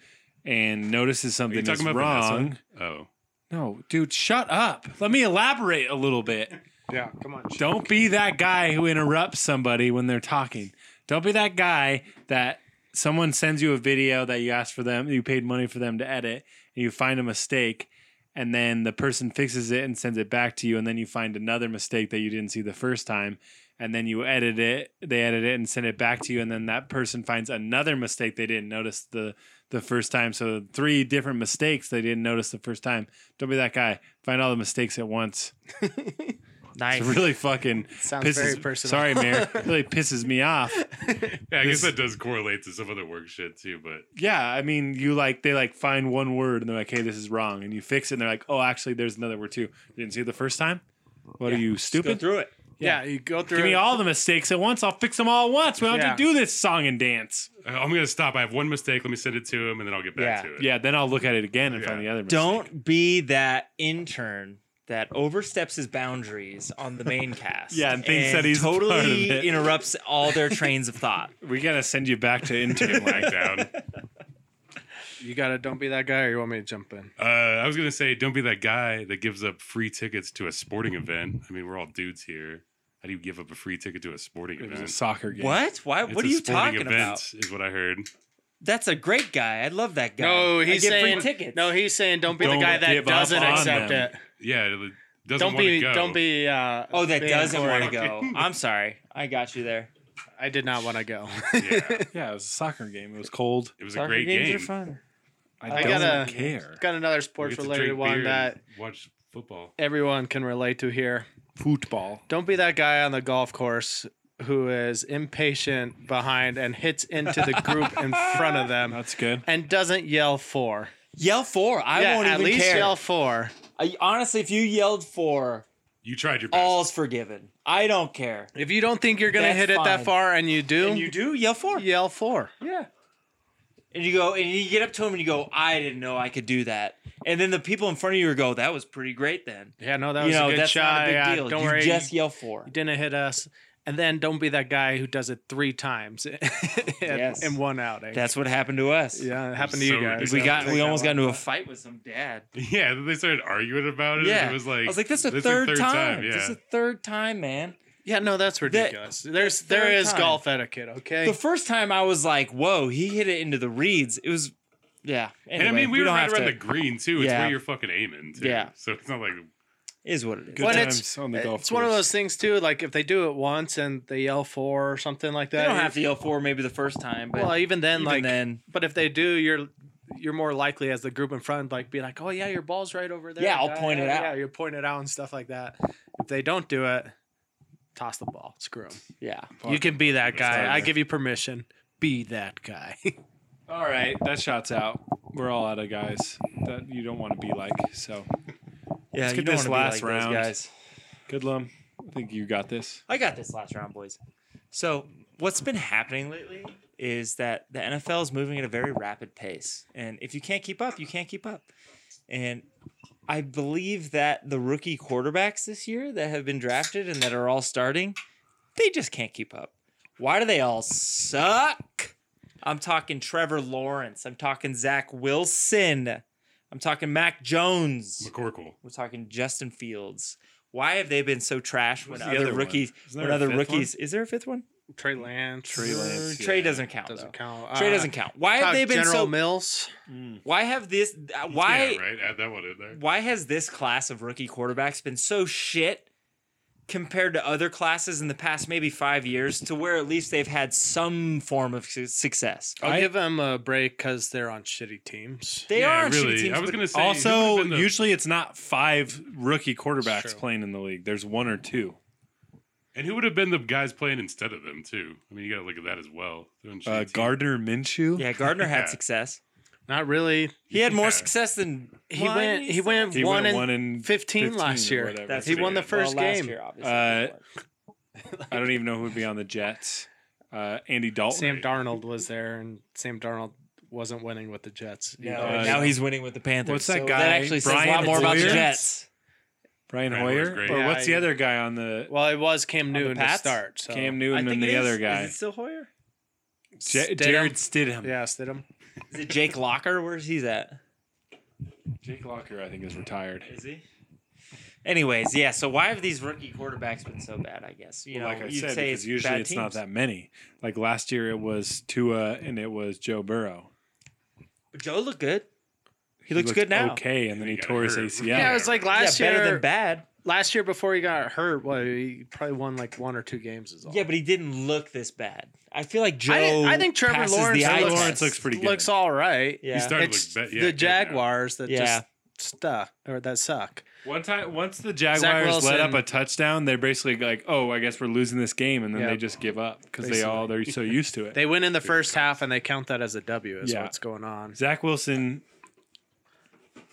and notices
Are you
something is
talking about
wrong.
Vanessa? Oh,
No, dude, shut up. Let me elaborate a little bit.
Yeah, come on.
Don't be that guy who interrupts somebody when they're talking. Don't be that guy that someone sends you a video that you asked for them, you paid money for them to edit, and you find a mistake, and then the person fixes it and sends it back to you, and then you find another mistake that you didn't see the first time, and then you edit it, they edit it and send it back to you, and then that person finds another mistake they didn't notice the the first time. So three different mistakes they didn't notice the first time. Don't be that guy. Find all the mistakes at
[laughs]
once.
Nice.
It really fucking
Sounds
pisses,
very personal.
Sorry,
[laughs]
Mayor. really pisses me off.
yeah. I
This-
guess that does correlate to some other work shit too. But
Yeah, I mean, you like they like find one word and they're like, "Hey, this is wrong," and you fix it, and they're like, "Oh, actually, there's another word too." You didn't see it the first time. What are you
Go
stupid?
through it.
Yeah, you go through.
Give me
it.
all the mistakes at once. I'll fix them all at once. We don't have to
Yeah.
do this song and dance.
Uh, I'm gonna stop. I have one mistake. Let me send it to him, and then I'll get back
Yeah.
to it.
Yeah, then I'll look at it again and find the
Yeah.
other. Mistake.
Don't be that intern that oversteps his boundaries on the
[laughs]
main cast.
Yeah, and thinks that he's
totally
part of it.
interrupts all their trains of
[laughs]
thought.
We gotta send you back to [laughs] intern
Back
like
down.
You gotta Don't Be That Guy, or you want me to jump in?
Uh, I was gonna say, don't be that guy that gives up free tickets to a sporting event. I mean, we're all dudes here. How do you give up a free ticket to a sporting
it was
event?
a soccer game.
What? Why?
It's
what are
a
you
sporting
talking about?
Is what I heard.
That's a great guy. I love that guy.
No, he's
I get
saying
free tickets.
No, he's saying don't be
Don't
the guy that
give up
doesn't
on
accept
them.
it.
Yeah, it doesn't
Don't
want
be.
to go.
Don't be. Uh,
oh, that
being
doesn't
Corey.
want to go.
[laughs]
I'm sorry. I got you there.
I did not want to go. [laughs]
Yeah,
Yeah, it was a soccer game. It was cold.
it
[laughs]
was
Soccer
a great
games are
game.
fun.
I,
I
don't
gotta-
care.
Got another
We
sports
get to
related
drink beer
one
and
that
watch football.
everyone can relate to here.
Football.
Don't be that guy on the golf course who is impatient
[laughs]
behind and hits into the group in front of them
That's good.
and doesn't yell for.
Yell four. I
yeah,
won't
at
even
least
care.
yell four.
I, honestly, if you yelled four,
You tried your best.
all's forgiven. I don't care.
If you don't think you're gonna
That's
hit it
fine.
that far and you do,
And you do yell four.
yell four.
And you go and you get up to him and you go, I didn't know I could do that. And then the people in front of you go, That was pretty great then.
Yeah, no, that
you
was
know,
a good
that's
shot.
not a big
yeah,
deal.
Don't
you
worry,
just yell four.
you didn't hit us. And then don't be that guy who does it three times [laughs] in,
Yes.
in one outing.
That's what happened to us.
yeah, it happened to
So
you guys.
ridiculous.
We got
Take
we
that
almost
one.
got into a fight with some dad.
[laughs] yeah, then they started arguing about it.
Yeah.
It was like,
I was like, this is the
this is
third, time.
Yeah.
This is the third time, man.
Yeah, no, that's ridiculous. There's
third
there is
time.
golf etiquette, okay?
The first time I was like, whoa, he hit it into the reeds. It was yeah.
and I
Anyway,
mean, we, were
don't
right
have
around
to-
the green too. It's
Yeah.
where you're fucking aiming. Too.
Yeah.
So it's not like
it is what it is.
Good
Well, and
times
it's-
on the golf
it's one of
course.
those things too. Like if they do it once and they yell four or something like
They
that,
don't have
you-
to yell four maybe the first time, but
Well, even then,
even
like,
then,
but if they do, you're you're more likely as the group in front, like, be like, oh yeah, your ball's right over there.
Yeah, I'll
guy.
point it
Yeah,
out.
Yeah, you point it out and stuff like that. If they don't do it, toss the ball. Screw them.
yeah.
You can be that guy. I
Tyler.
give you permission. Be that guy. [laughs]
All right, that shot's out. We're all out of guys that you don't want to be like. So
Yeah,
Let's
you don't
get
wanna
this
be
last
like those
round.
guys.
good lum. I think you got this.
I got this last round, boys. So, what's been happening lately is that the NFL is moving at a very rapid pace. And if you can't keep up, you can't keep up. And I believe that the rookie quarterbacks this year that have been drafted and that are all starting, they just can't keep up. Why do they all suck? I'm talking Trevor Lawrence. I'm talking Zach Wilson. I'm talking Mac Jones.
McCorkle.
We're talking Justin Fields. Why have they been so trash when
Who's the
other
other one?
rookies?
Isn't there
When
a
other
fifth
rookies? Is there a fifth one?
Trey Lance.
Trey Lance,
Trey
yeah.
doesn't count.
doesn't
though.
count.
Trey
Uh,
doesn't count. Why have
Todd
they been
General
so?
Mills.
why have this? Uh, why?
Yeah, right. Add that one in there.
Why has this class of rookie quarterbacks been so shit compared to other classes in the past maybe five years to where at least they've had some form of su- success?
I'll
I-
give them a break because they're on shitty teams.
They
yeah,
are on shitty
really.
teams,
I was
but
gonna say who
Also,
would've been the-
usually it's not five rookie
It's
quarterbacks
true.
playing in the league. There's one or two.
and who would have been the guys playing instead of them too? I mean, you got to look at that as well. They're on
Uh,
shitty teams.
Gardner Minshew.
yeah, Gardner
Yeah.
had success.
Not really.
He had more
Yeah.
success than
He
Well, I
went.
mean,
He went
He
one
went
and
one in
15 last
or
year.
whatever.
That's
he won the
Yeah.
first
well, last
game.
year, obviously.
Uh, I don't even know who would be on the Jets. Uh, Andy Dalton.
Sam Darnold was there, and Sam Darnold wasn't winning with the Jets.
No,
either.
uh,
now he's winning with the Panthers.
what's that
so
guy,
That actually says a
Brian
lot more about the
Hoyer?
Jets.
Brian
Brian
Hoyer.
Hoyer's great.
Or
Yeah,
what's the
he-
other guy on the
well, it was Cam
the
Newton to
Pats?
start. So.
Cam Newton and
it
the
is.
other guy?
Is it still Hoyer?
J-
Stidham?
Jared Stidham.
Yeah, Stidham.
Is it Jake Locker? Where's he's at?
Jake Locker, I think, is retired.
Is he? Anyways, yeah. So why have these rookie quarterbacks been so bad? I guess you
Well,
know,
like I
you'd
said,
say
because usually
bad
it's not
teams.
that many. Like last year, it was Tua and it was Joe Burrow.
But Joe looked good. He, looks
looked
good now.
Okay, and then
He
he
got
tore his
hurt.
ACL.
Yeah, it was like
Yeah,
last
better
year.
than bad.
Last year before he got hurt, well, he probably won like one or two games. Is all.
Yeah, but he didn't look this bad. I feel like Joe.
I didn't- I think Trevor
passes the
Lawrence-
eye
Trevor
test.
Lawrence looks pretty good.
looks all right.
Yeah.
He started
It's
to look be- yeah,
the
good now.
Jaguars that
Yeah.
just stuck or that suck.
One time, once the Jaguars let
Wilson-
up a touchdown, they're basically like, "Oh, I guess we're losing this game," and then
Yeah.
they just give up because they all they're so used to it.
They win in the first half and they count that as a W. Is
Yeah.
what's going on.
Zach Wilson,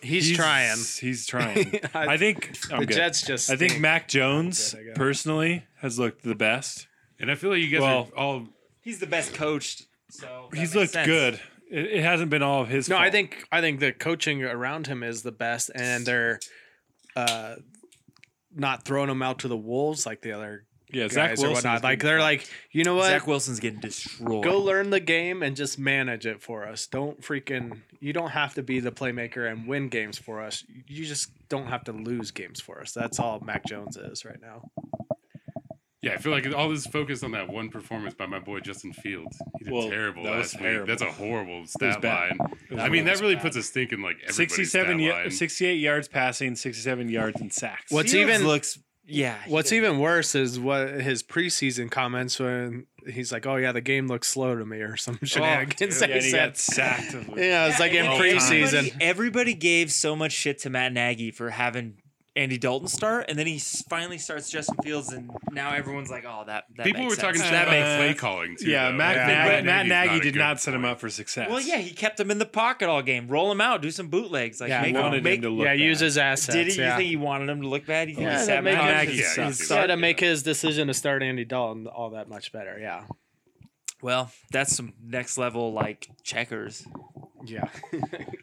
He's, trying.
He's
[laughs]
trying. I, think I'm
The
good.
Jets just.
I think
stink.
Mac Jones
I guess.
personally has looked the best.
And I feel like you guys
Well,
are all
He's the best coached. So that
he's
makes
looked
sense.
good. It, it hasn't been all of his.
No, I
fault.
think I think the coaching around him is the best, and they're uh, not throwing him out to the wolves like the other
yeah, Zach
guys or
Wilson.
whatnot.
has
Like
been-
they're like, you know what?
Zach Wilson's getting destroyed.
Go learn the game and just manage it for us. Don't freaking. You don't have to be the playmaker and win games for us. You just don't have to lose games for us. That's all Mac Jones is right now.
Yeah, I feel like all this focus on that one performance by my boy Justin Fields. He did
Well,
terrible
that was
last
terrible.
week. That's a horrible stat
bad.
line.
was
I mean,
bad.
that really puts a stink in like everybody's
67
stat
y-
line.
68 yards passing, 67 yards in sacks.
What's
Fields
even
looks. Yeah. Ah, he
What's
did.
even worse is what his preseason comments when he's like, "Oh yeah, the game looks slow to me" or some shenanigans.
yeah,
that
and he got
said.
sacked.
[laughs] Yeah, it's like in
and
preseason.
Everybody, everybody gave so much shit to Matt Nagy for having Andy Dalton start, and then he s- finally starts Justin Fields, and now everyone's like, "Oh, that." that
People
makes
were
sense.
talking shit
that
about
makes
play calling too.
yeah,
though.
Matt,
I think
Nag-
Matt
Matt Nagy
not a
did
good
not set him
point.
up for success.
Well, yeah, he kept him in the pocket all game. Roll him out, do some bootlegs. Like,
yeah, he
make,
wanted
make,
him to look.
yeah, use
bad.
his assets.
Did he?
yeah.
You think he wanted him to look bad? You think
Yeah,
he
that
sat
makes
Matt
sense.
Nagy
Yeah,
sucked?
yeah,
He
Instead
sucked,
of make
yeah.
his decision to start Andy Dalton all that much better. Yeah.
Well, that's some next level like checkers.
Yeah.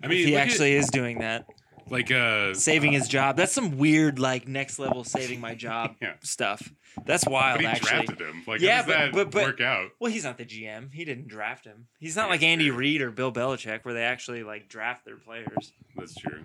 I
he
mean, look at-
actually is doing that,
like uh,
saving his job. That's some weird like next level saving my job
Yeah.
stuff. That's wild.
but he
actually,
drafted him. Like,
Yeah,
how does
but-
that
but- but-
work out?
Well, he's not the GM. He didn't draft him. He's not like Andy Reid or Bill Belichick, where they actually like draft their players.
That's true.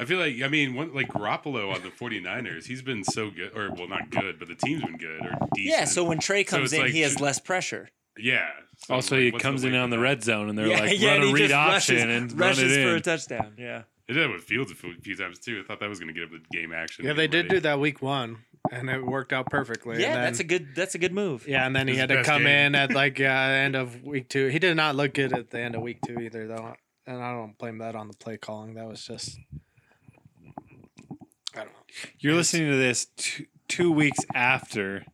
I feel like I mean, one, like Garoppolo on the 49ers, he's been so good, or well, not good, but the team's been good or decent.
Yeah. So when Trey
So
comes
it's
in,
like
he has
ju-
less pressure.
yeah. So,
Also,
like,
he
what's
comes in
way
on the
to that?
red zone, and
[laughs]
they're like,
and
run
he
a read
just
option
rushes,
and run
rushes
it
for
in.
a touchdown. Yeah.
They did that with Fields a few, few times too. I thought that was going to get up the game action.
[laughs] Yeah, they did do that week one, and it worked out perfectly.
Yeah,
and then,
that's a good. That's a good move.
yeah, and then he
His
had to
best
come
game.
in at [laughs] like yeah, end of week two. He did not look good at the end of week two either, though, and I don't blame that on the play calling. That was just
You're listening to this two, two weeks after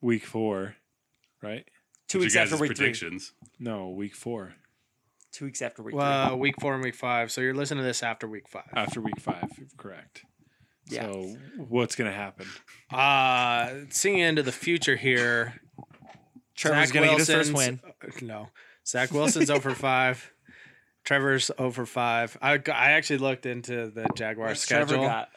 week four, right?
Two weeks after week three.
predictions.
No, week four
Two weeks after week
well Uh, week four and week five. So you're listening to this after week five.
after week five, if correct.
Yeah.
So what's gonna happen?
Uh seeing into the future here.
three. Trevor's
Zach
gonna get his first win.
Wilson's- [laughs] No, Zach Wilson's over five. Trevor's over five. I I actually looked into the Jaguar
What's
schedule.
Trevor got?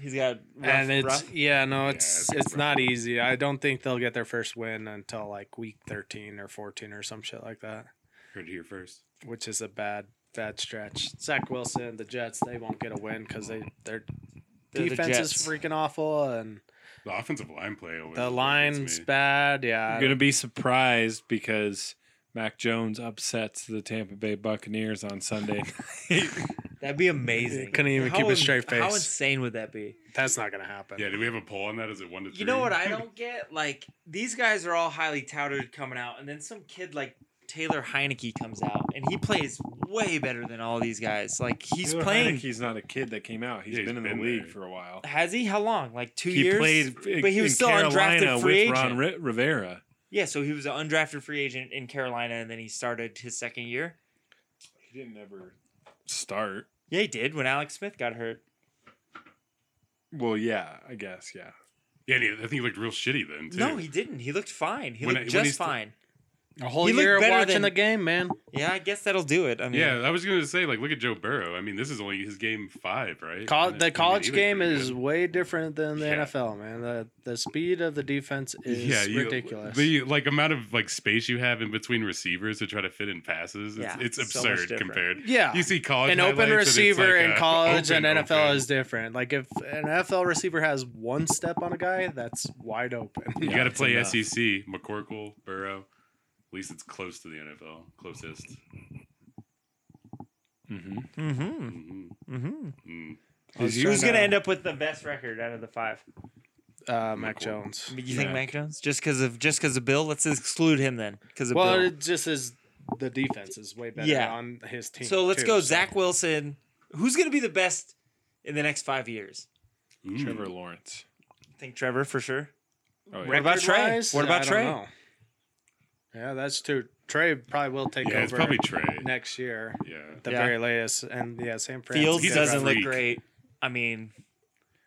He's got rough,
and it's
rough.
yeah no
it's
it's it's not easy i don't think they'll get their first win until like week 13 or 14 or some shit like that
Heard it here first.
which is a bad bad stretch zach wilson the jets they won't get a win because they their
They're the
defense is
Jets.
freaking awful and
The offensive line play. always
the
gets
line's
me.
bad yeah
You're gonna be surprised because Mac Jones upsets the Tampa Bay Buccaneers on Sunday.
That'd be amazing.
Couldn't even
How
keep a
in-
straight
How
face.
insane would that be?
that's not gonna happen
Yeah. Do we have a poll on that? Is it one to three?
You know what I don't get? Like these guys are all highly touted coming out, and then some kid like Taylor Heineke comes out, and he plays way better than all these guys. Like [laughs] he's playing.
He's not a kid that came out.
Yeah,
he's
he's
been in
been
the league
there.
for a while.
Has he? How long? Like two
He
years.
played,
but he was
in
still
Carolina
undrafted free
with Ron
agent.
Ri- Rivera.
Yeah, so he was an undrafted free agent in Carolina, and then he started his second year.
He didn't ever start.
Yeah, he did when Alex Smith got hurt.
Well, yeah, I guess, yeah.
Yeah, and he- I think he looked real shitty then. Too.
No, he didn't. He looked fine. He
When
looked
I- when
just
he's-
fine.
a whole
He looked
year of
better
watching
than-
the game man
Yeah, I guess that'll do it. I mean,
Yeah, I was gonna say like look at Joe Burrow. I mean, this is only his game five, right?
Col-
And it- I mean,
the
he
college
looked
game
pretty
is
good.
way different than the
Yeah.
nfl man the the speed of the defense is
you- uh,
ridiculous
The like amount of like space you have in between receivers to try to fit in passes, it's,
Yeah,
it's
so much
absurd
different.
compared.
yeah
You see college
an open
highlights and it's
receiver
like
in
a
college
open,
and NFL
open.
is different. Like if an NFL receiver has one step on a guy, that's wide open.
You
Yeah,
got to
it's
play
enough.
SEC, McCorkle, Burrow. At least it's close to the NFL, closest.
Mm-hmm.
Mm-hmm.
Mhm.
Mm-hmm. uh,
Mm.
Who's gonna end up with the best record out of the five?
Uh, Mac Jones.
You think Mac Jones? Just because of just because of Bill? Let's exclude him then, because of
Well,
Bill.
it just is the defense is way better
Yeah.
on his team.
So let's
too,
go Zach Wilson. Who's gonna be the best in the next five years?
Mm.
Trevor Lawrence.
I think Trevor for sure.
Oh,
What about Trey?
Record-wise,
What about
I don't
Trey?
know. Yeah, that's true. Trey probably will take
Yeah,
over
it's probably Trey.
next year
Yeah,
at the
Yeah.
very latest. And yeah, Sam
Fields
He's a
doesn't look
freak.
great. I mean,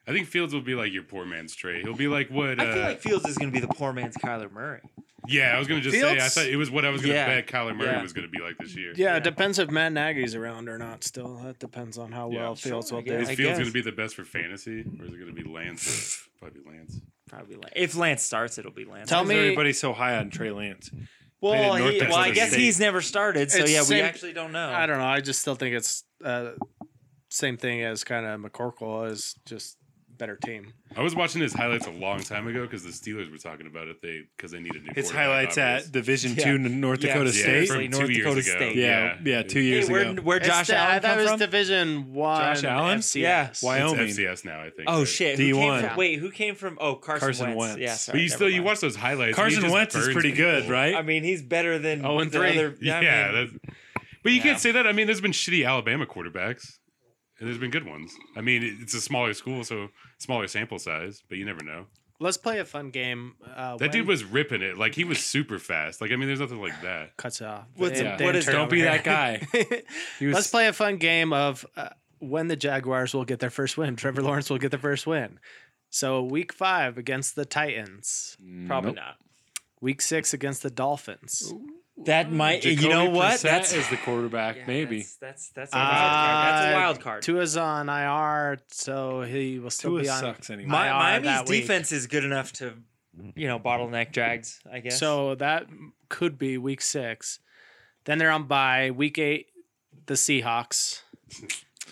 I think Fields will be like your poor man's Trey. He'll be like what? Uh,
I feel like Fields is gonna be the poor man's Kyler Murray.
yeah, I was gonna just say. I
Fields-
thought it was what I was gonna
Yeah.
bet Kyler Murray
Yeah.
was gonna be like this year.
Yeah,
Yeah.
it depends if Matt Nagy's around or not. Still, that depends on how
Yeah,
well Fields
sure, I
will
guess.
do.
Is
I
Fields
guess.
gonna be the best for fantasy, or is it gonna be Lance? [sighs] probably Lance.
Probably Lance. If Lance starts, it'll be Lance.
Tell
Why is
me-
everybody's so high on Trey Lance?
Well,
Played at North
he, well, I
Dakota
guess
State.
he's never started, so
It's
yeah, we
same-
actually don't know.
I don't know. I just still think it's uh, same thing as kind of McCorkle is just better team.
I was watching his highlights a long time ago because the Steelers were talking about it. They because they need a new.
His
quarterback,
highlights
obvious.
at Division
Yeah.
Two North
Yeah,
Dakota
yeah,
State.
from
State, North
two years
Dakota
ago.
State.
Yeah, yeah, two
Hey,
years
where,
ago.
where Josh Allen
that
come
was
from?
Division One.
Josh Allen?
FCS.
Yeah.
Why- Wyoming.
It's FCS now, I think.
oh
right?
shit! Who
D1.
Came from, wait, who came from? Oh, Carson,
Carson
Wentz.
Wentz.
Yeah, sorry,
But you
never
still you
mind.
watch those highlights. and he
Carson
just
Wentz is
burns
pretty
people.
good, right?
I mean, he's better than
Oh, and
the
three.
other.
[laughs] Yeah,
I mean,
that's, but you can't say that. I mean, there's been shitty Alabama quarterbacks. and there's been good ones. I mean, it- it's a smaller school, so smaller sample size, but you never know.
Let's play a fun game. Uh,
That dude
when-
was ripping it. Like he was super fast. Like I mean, there's nothing like that.
cuts it off.
What's-
Damn-
yeah.
damn
what is-
turd
Don't
over
be
here.
that guy.
[laughs]
He was-
Let's play a fun game of uh, when the Jaguars will get their first win. [laughs] Trevor Lawrence will get the first win. So week five against the Titans.
Probably not.
Week six against the Dolphins.
That might. you know
[laughs] Jacoby
what?
Brissett is the quarterback.
Yeah,
[laughs] maybe
That's that's, that's a
Uh,
wild card. That's a wild card.
Tua's on IR, so he will still
Tua
be on.
sucks anyway.
Mi-
IR that
Miami's
week.
defense is good enough to, you know, bottleneck Jags. I guess.
So that could be week six. Then they're on bye. Week eight, the Seahawks.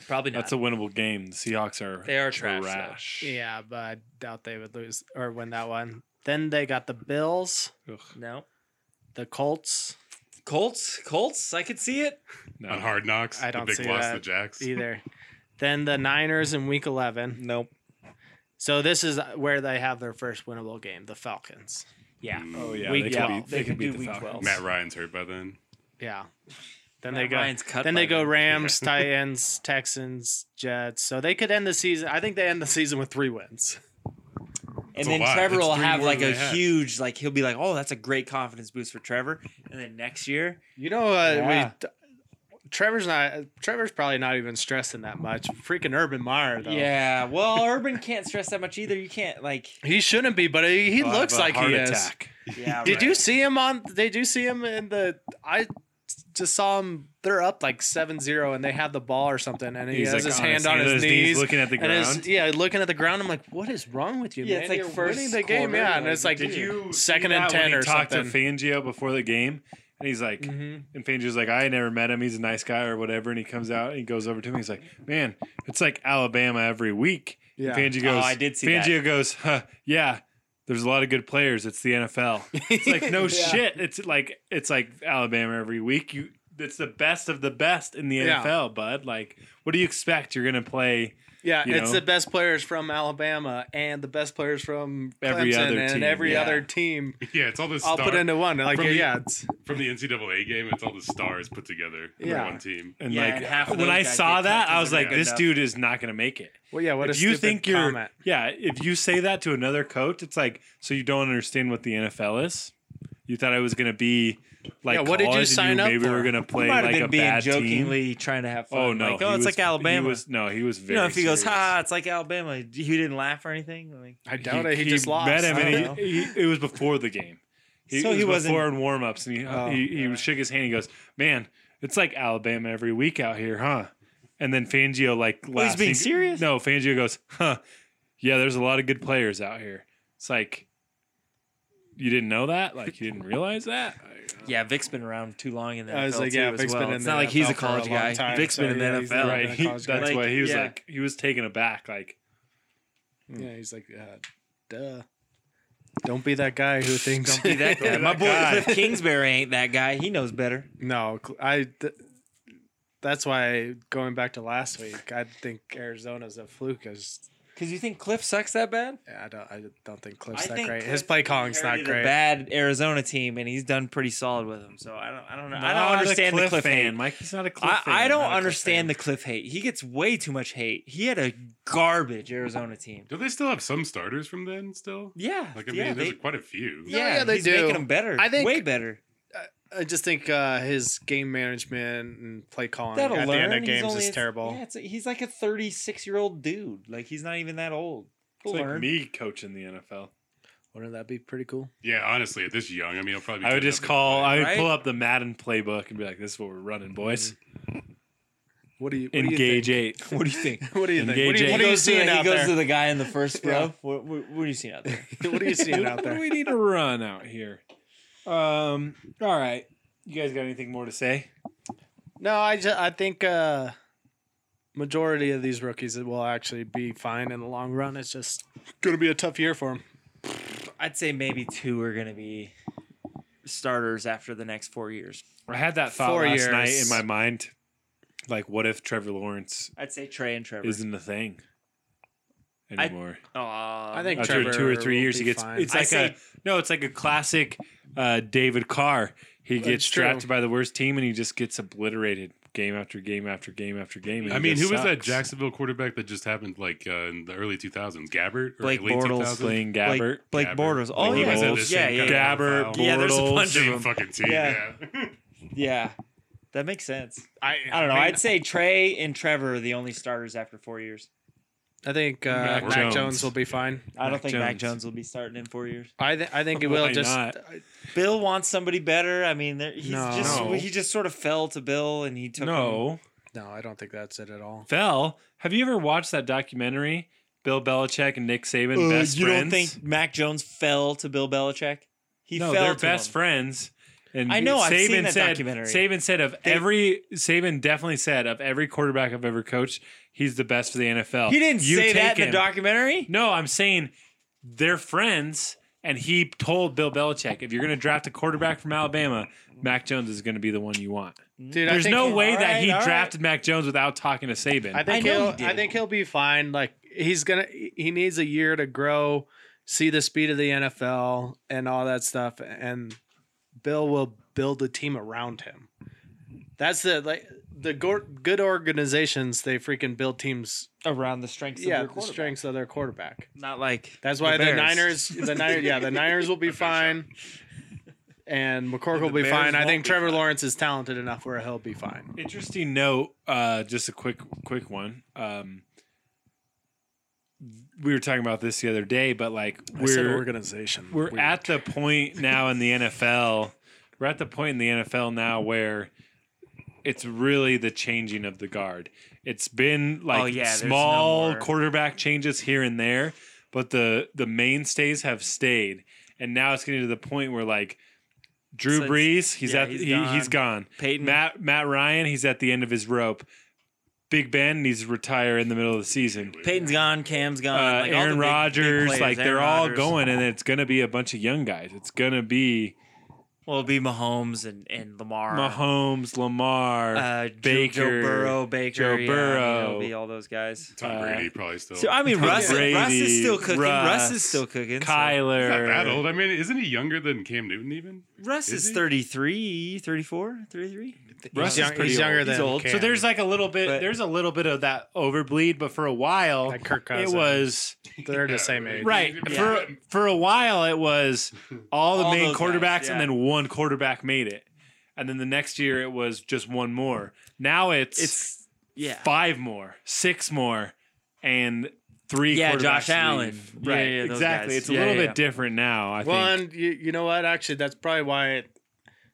probably not.
That's a winnable game. The Seahawks are
They are trash, though.
trash.
Yeah, but I doubt they would lose or win that one. Then they got the Bills,
no.
the Colts.
Colts. Colts. I could see it.
No.
On Hard Knocks,
I
the
don't
big
see
loss to
that
the
[laughs]
Jacks.
either. then the Niners in week 11.
Nope.
So this is where they have their first winnable game, the Falcons.
Yeah.
Oh yeah,
Week
they could
12.
beat, they
They
could
could
beat
do
the
week
Falcons.
12.
Matt Ryan's hurt by then.
Yeah. Then
Matt
they go
Ryan's cut
then
by
they go
then.
[laughs]
Rams, Titans, Texans, Jets. So they could end the season. I think they end the season with three wins.
And
It's a
then
lot.
Trevor
That's
will
three
have
more
like
than
a
they had.
huge like he'll be like, oh, that's a great confidence boost for Trevor. And then next year,
You know, uh,
Yeah.
we, Trevor's not. Trevor's probably not even stressing that much. Freaking Urban Meyer though.
yeah. Well, Urban can't stress that much either. You can't like.
He shouldn't be, but he, he
He'll have
looks
a
like
heart
he is.
attack.
Yeah.
Did
right.
you see him on? Did you see him in the? I just saw him. They're up like 7-0 and they have the ball or something, and he
He's
has
like
his hand on
hand
his, knees,
looking at the
and his,
ground.
yeah, looking at the ground. I'm like, what is wrong with you,
Yeah,
man?
it's like
You're
first
winning the game,
quarter,
yeah, and
like,
it's like
did
you
second
see
and
that when
ten
he
or
talked
something.
to Fangio before the game, and he's like,
Mm-hmm.
and Fangio's like, I never met him. He's a nice guy or whatever. And he comes out and he goes over to him. He's like, man, it's like Alabama every week.
Yeah.
And Fangio goes,
Oh, I did see
Fangio goes, huh, yeah. There's a lot of good players. It's
[laughs]
the NFL. It's like no shit. It's like it's like Alabama every week. You, it's the best of the best in the
Yeah.
NFL, bud. Like, what do you expect? You're gonna play
yeah,
you
it's
know?
the best players from Alabama and the best players from
Every
Clemson
other
and
team,
every
yeah.
other team.
Yeah, it's all the
I'll
stars
put into one. Like
From the-
yeah, it's,
from the NCAA game. It's all the stars put together
Yeah.
for one team.
And
Yeah,
like
and half of
when
those
I
guys
saw
get cut
that,
'cause
I was
they're
like,
not good
this
enough.
dude is not going to make it.
well, yeah. What
if
a
you
stupid
think you're,
comment.
yeah, if you say that to another coach, it's like, so you don't understand what the NFL is. You thought I was going to be like,
Yeah, what did you
college and
sign up
Maybe
for?
we're going to
He
play
might have
like
been
a
being
bad team.
jokingly trying to have fun.
Oh no,
Like, oh,
he
it's
was-
like Alabama.
He was, no, he was
you
very.
know, if he goes,
serious.
ha, it's like Alabama. He didn't laugh or anything. Like,
I doubt it. He, just lost.
Met him
I don't
and
know.
he, he, it was before the game. He,
So
it was
he wasn't- Oh,
before in warm ups, and he, uh, he, he shook his hand. He goes, "Man, it's like Alabama every week out here, huh?" And then Fangio like, laughs.
Oh, being
He-
serious?
No, Fangio goes, "Huh? Yeah, there's a lot of good players out here. It's like you didn't know that, like you didn't
[laughs]
realize that."
[laughs] yeah, Vic's been around too long in the
I was
NFL
like,
too,
yeah,
as
Vic's
well.
been in
it's
the
not like he's a
NFL for a
college
long
guy.
time,
Vic's
so
been in the
yeah, he's
NFL.
[laughs]
not
right?
a
He,
college
that's
guy.
Like,
why he was
yeah.
like he was taken aback. Like
Hmm.
Yeah, he's like, uh, duh. Don't be that guy who thinks.
[laughs] Don't be
[laughs]
[laughs]
that guy. My boy
guy.
Cliff Kingsbury ain't that guy. He knows better.
no, cl- I. Th- that's why going back to last week, I think Arizona's a fluke. Is
Because you think Cliff sucks that bad?
I don't, I don't think Cliff's that
think
great.
Cliff
His play calling's not
inherited a
great.
bad Arizona team, and he's done pretty solid with them. So I don't, I don't know. I
Not a
don't understand the
Cliff
Cliff
fan.
hate.
Mike, he's not a Cliff
I,
fan.
I don't
Not a Cliff fan.
understand the Cliff hate. He gets way too much hate. He had a garbage Arizona team.
Do they still have some starters from then? Still,
Yeah,
like I mean,
yeah,
there's
they,
quite a few.
yeah,
yeah, they
he's
do.
making them better.
I think-
way better.
I just think uh, his game management and play calling
That'll
at the
learn.
end of
He's
games
only-
is
it's-
terrible.
Yeah, it's a, he's like a 36 year old dude. Like he's not even that old. He'll
It's like
learn.
me coaching the NFL.
Wouldn't that be pretty cool?
Yeah, honestly, at this young, I mean, I'll probably.
I would
good
just
enough to
call. I would
right?
pull up the Madden playbook and be like, "This is what we're running, boys.
What do you what
Engage eight.
What do you think?
Do you think? [laughs] What do you think? What
Engage
do you,
eight.
what
he
are you
goes, to,
seeing
he
out
goes to
there?
the guy in the
[laughs]
first row. What, what, what are you seeing out there?
What are you
[laughs]
seeing out there?
we need a run out here. Um. All right. You guys got anything more to say?
No, I just I think uh majority of these rookies will actually be fine in the long run. It's just going to be a tough year for them.
I'd say maybe two are going to be starters after the next four years.
I had that thought
Four
last
years.
night in my mind. Like, what if Trevor Lawrence
I'd say Trey and Trevor.
isn't a thing
I-
anymore?
I
think
After
Trevor
two or three
will
years, he
be
gets.
fine.
It's
I
like a
say-
no. It's like a classic uh, David Carr. He gets
true.
drafted by the worst team and he just gets obliterated game after game after game after game. and
I
he
mean,
just
who was that
sucks.
Jacksonville quarblake that just happened like uh, in the early 2000s? Gabbert? Or
Blake
late
Bortles
2000s?
playing
Blake,
Gabbert?
Blake
Gabbert.
Borders. Oh,
Like, he
yeah.
was in the
yeah,
same
yeah,
kind
yeah.
of-
Gabbert,
Yeah,
there's a
Bortles.
bunch of
Same
them.
fucking team.
Yeah.
Yeah.
Yeah. That makes sense.
I,
I don't know.
mean,
I'd say Trey and Trevor are the only starters after four years.
I think uh,
Mac
Mac,
Jones.
Jones. will be fine.
I don't
Mac
think Mac
Jones.
Jones will be starting in four years.
I th- I think it
Why
will just.
not?
Bill wants somebody better. I mean, there, he's
No.
just
No.
he just sort of fell to Bill and he took him.
No,
No, I don't think that's it at all.
fell. Have you ever watched that documentary? Bill Belichick and Nick Saban,
Uh,
best
you
friends.
don't think Mac Jones fell to Bill Belichick? He
no,
fell
they're
to
best
him.
friends. And
I know,
Saban
I've seen that
said,
documentary.
Saban said of every Saban definitely said of every quarterback I've ever coached, he's the best for the NFL.
He didn't
You
say that
take
in the
him.
documentary.
No, I'm saying they're friends, and he told Bill Belichick, if you're going to draft a quarterback from Alabama, Mac Jones is going to be the one you want.
Dude, I
There's
think
no
he-
way
all
that
right,
he
all right.
drafted Mac Jones without talking to Saban.
I think
I know
he'll.
he did.
I think he'll be fine. Like he's gonna. He needs a year to grow, see the speed of the NFL and all that stuff. And Bill will build a team around him. That's the like the go- good organizations. They freaking build teams.
Around the strengths
Yeah,
of
the
your quarterback.
strengths of their quarterback.
Not like
That's why the,
Bears.
Niners, the Niners, yeah, the Niners will be fine, and McCorkle will be
Bears
fine. I
won't
think
be
Trevor
fine.
Lawrence is talented enough where he'll be fine.
Interesting note. Uh, just a quick, quick one. Um, we were talking about this the other day, but like we're
organization.
we're at the point now in the NFL. We're at the point in the NFL now where it's really the changing of the guard. It's been like
Oh, yeah, there's no
small
more-
quarterback changes here and there, but the the mainstays have stayed. And now it's getting to the point where like Drew
So it's-
Brees, he's
yeah,
at
he's
he, he's gone.
Peyton.
Matt Matt Ryan, he's at the end of his rope. Big Ben needs to retire in the middle of the season.
Peyton's gone. Cam's gone.
Uh,
like all the big-
Aaron
big
Rodgers,
players,
like
Aaron
they're
Rodgers.
all going, and it's gonna be a bunch of young guys. It's gonna be
Well, it'll be Mahomes and, and Lamar.
Mahomes, Lamar,
uh, Baker,
Baker,
Joe Burrow, Baker,
Joe
yeah,
Burrow.
it'll be all those guys.
[laughs] Tom Brady probably still.
So I mean, Russ,
Brady,
Russ is still cooking. Russ,
Russ,
is still cooking. so-
He's not
Kyler.
that old. I mean, isn't he younger than Cam Newton even?
Russ
Is
is,
he?
33, 34, 33.
Russ
Russ
is
he's, young,
pretty
he's younger
old.
than
He's old.
Cam.
So there's like a little bit,
But-
there's a little bit of that overbleed, but for a while,
Like Kirk
it
Cousins.
was
they're
Yeah,
the same age.
right
Yeah.
for for a while. It was all the
All
main
those
quarterbacks,
guys, yeah.
and then one quarterback made it, and then the next year it was just one more. Now it's
It's yeah,
five more, six more, and three.
Yeah,
quarterbacks
Josh
leave.
Allen. Yeah,
Right,
yeah, those
exactly.
guys.
It's a
Yeah,
little
yeah,
bit different now. I
Well,
think.
and you, you know what? Actually, that's probably why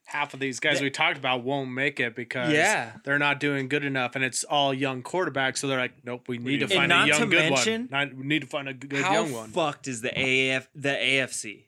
half of these guys we talked about won't make it because
Yeah.
they're not doing good enough, and it's all young quarterbacks. So they're like, nope, we need to
And
find
not
a young
to
good
mention-
one. Not, we need to find a good
How
young one.
fucked is the AF the AFC?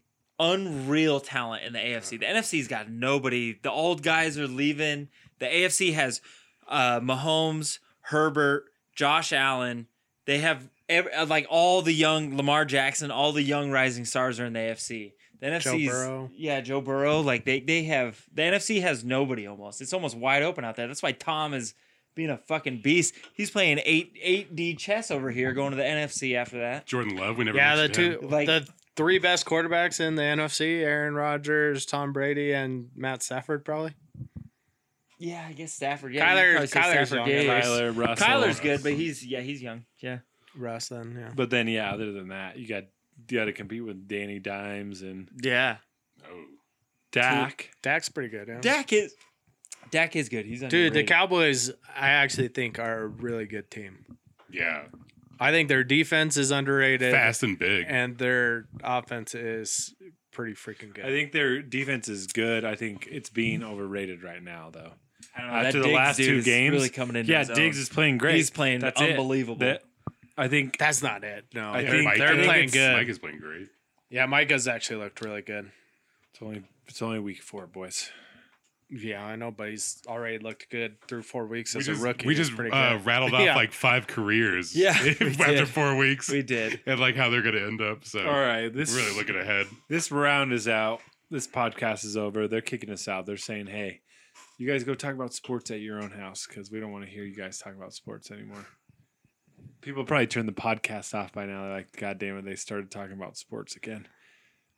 Unreal talent in the AFC. The NFC's got nobody. The old guys are leaving. The AFC has uh, Mahomes, Herbert, Josh Allen. They have ev- uh, like all the young Lamar Jackson, all the young rising stars are in the AFC. The NFC's
Burrow.
yeah, Joe Burrow. Like they they have the NFC has nobody almost. It's almost wide open out there. That's why Tom is being a fucking beast. He's playing eight eight D chess over here, going to the NFC after that.
Jordan Love. We never.
yeah, the
mentioned him.
two,
Like-
the three best quarterbacks in the NFC: Aaron Rodgers, Tom Brady, and Matt Stafford, probably.
Yeah, I guess Stafford. Yeah,
Kyler-
you'd probably say
Kyler's
Stafford
young.
Gator.
Kyler Russell.
Kyler's good, but he's yeah, he's young. Yeah,
Russ, then yeah.
But then, yeah, other than that, you got you got to compete with Danny Dimes and
yeah.
Oh.
Dak.
Dak's pretty good. Yeah.
Dak is Dak is good. He's
Dude,
underrated.
the Cowboys, I actually think are a really good team.
Yeah.
I think their defense is underrated,
Fast and big.
and their offense is pretty freaking good.
I think their defense is good. I think it's beeen overrated right now, though.
I don't
After
that
the
Diggs
last
dude
two
is
games,
really coming into
yeah,
his own.
Diggs is playing great.
He's playing
That's it.
unbelievable.
That- I think
that's not it. No,
I
Yeah,
think
Mike-
they're
I think
playing
it's-
good.
Mike is playing great.
yeah, Micah's actually looked really good.
it's only it's only week four, boys.
Yeah, I know, but he's already looked good through four weeks
We
as
just,
a rookie.
we
It's
just
pretty
uh,
good.
rattled off
Yeah.
like five careers.
Yeah, we
[laughs] after
did.
four weeks,
we did.
and like how they're gonna end up. So
All right, this
really looking ahead.
this round is out. This podcast is over. They're kicking us out. They're saying, "Hey, you guys go talk about sports at your own house because we don't want to hear you guys talk about sports anymore." People probably turned the podcast off by now. They're like, "God damn it, they started talking about sports again."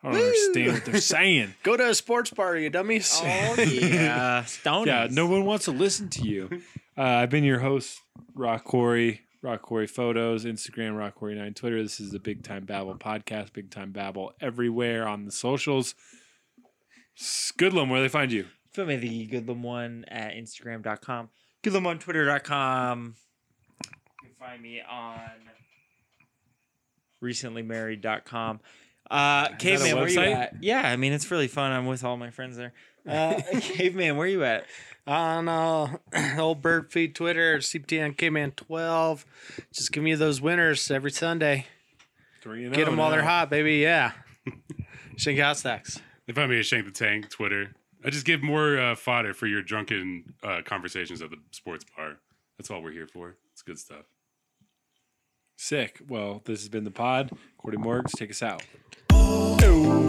I don't understand what they're saying.
Go to a sports bar, you dummies. [laughs]
Oh
[laughs]
yeah,
Oh,
Stone.
yeah, no one wants to listen to
[laughs]
you. Uh, I've been your host, Rock Corey. Rock Corey Photos, Instagram, Rock Corey 9, Twitter. This is the Big Time Babble podcast, Big Time Babble everywhere on the socials. Goodlum, where they find you?
Fill me the Goodlum one at Instagram.com, Goodlum on Twitter.com. You can find me on recentlymarried.com. Uh, Caveman, where you
website?
at? Yeah, I mean, it's really fun. I'm with all my friends there. Uh, [laughs] Caveman, where you at?
on uh, [clears throat] old bird feed Twitter, CPTN Kman 12. Just give me those winners every Sunday.
Three and
Get
oh
them while they're
now.
hot, baby. Yeah. [laughs] Shank hot stacks.
They find me at Shank the Tank Twitter. I just give more uh, fodder for your drunken uh, conversations at the sports bar. That's all we're here for. It's good stuff.
Sick. Well, this has been the pod. Cordy Morgs, take us out.
No.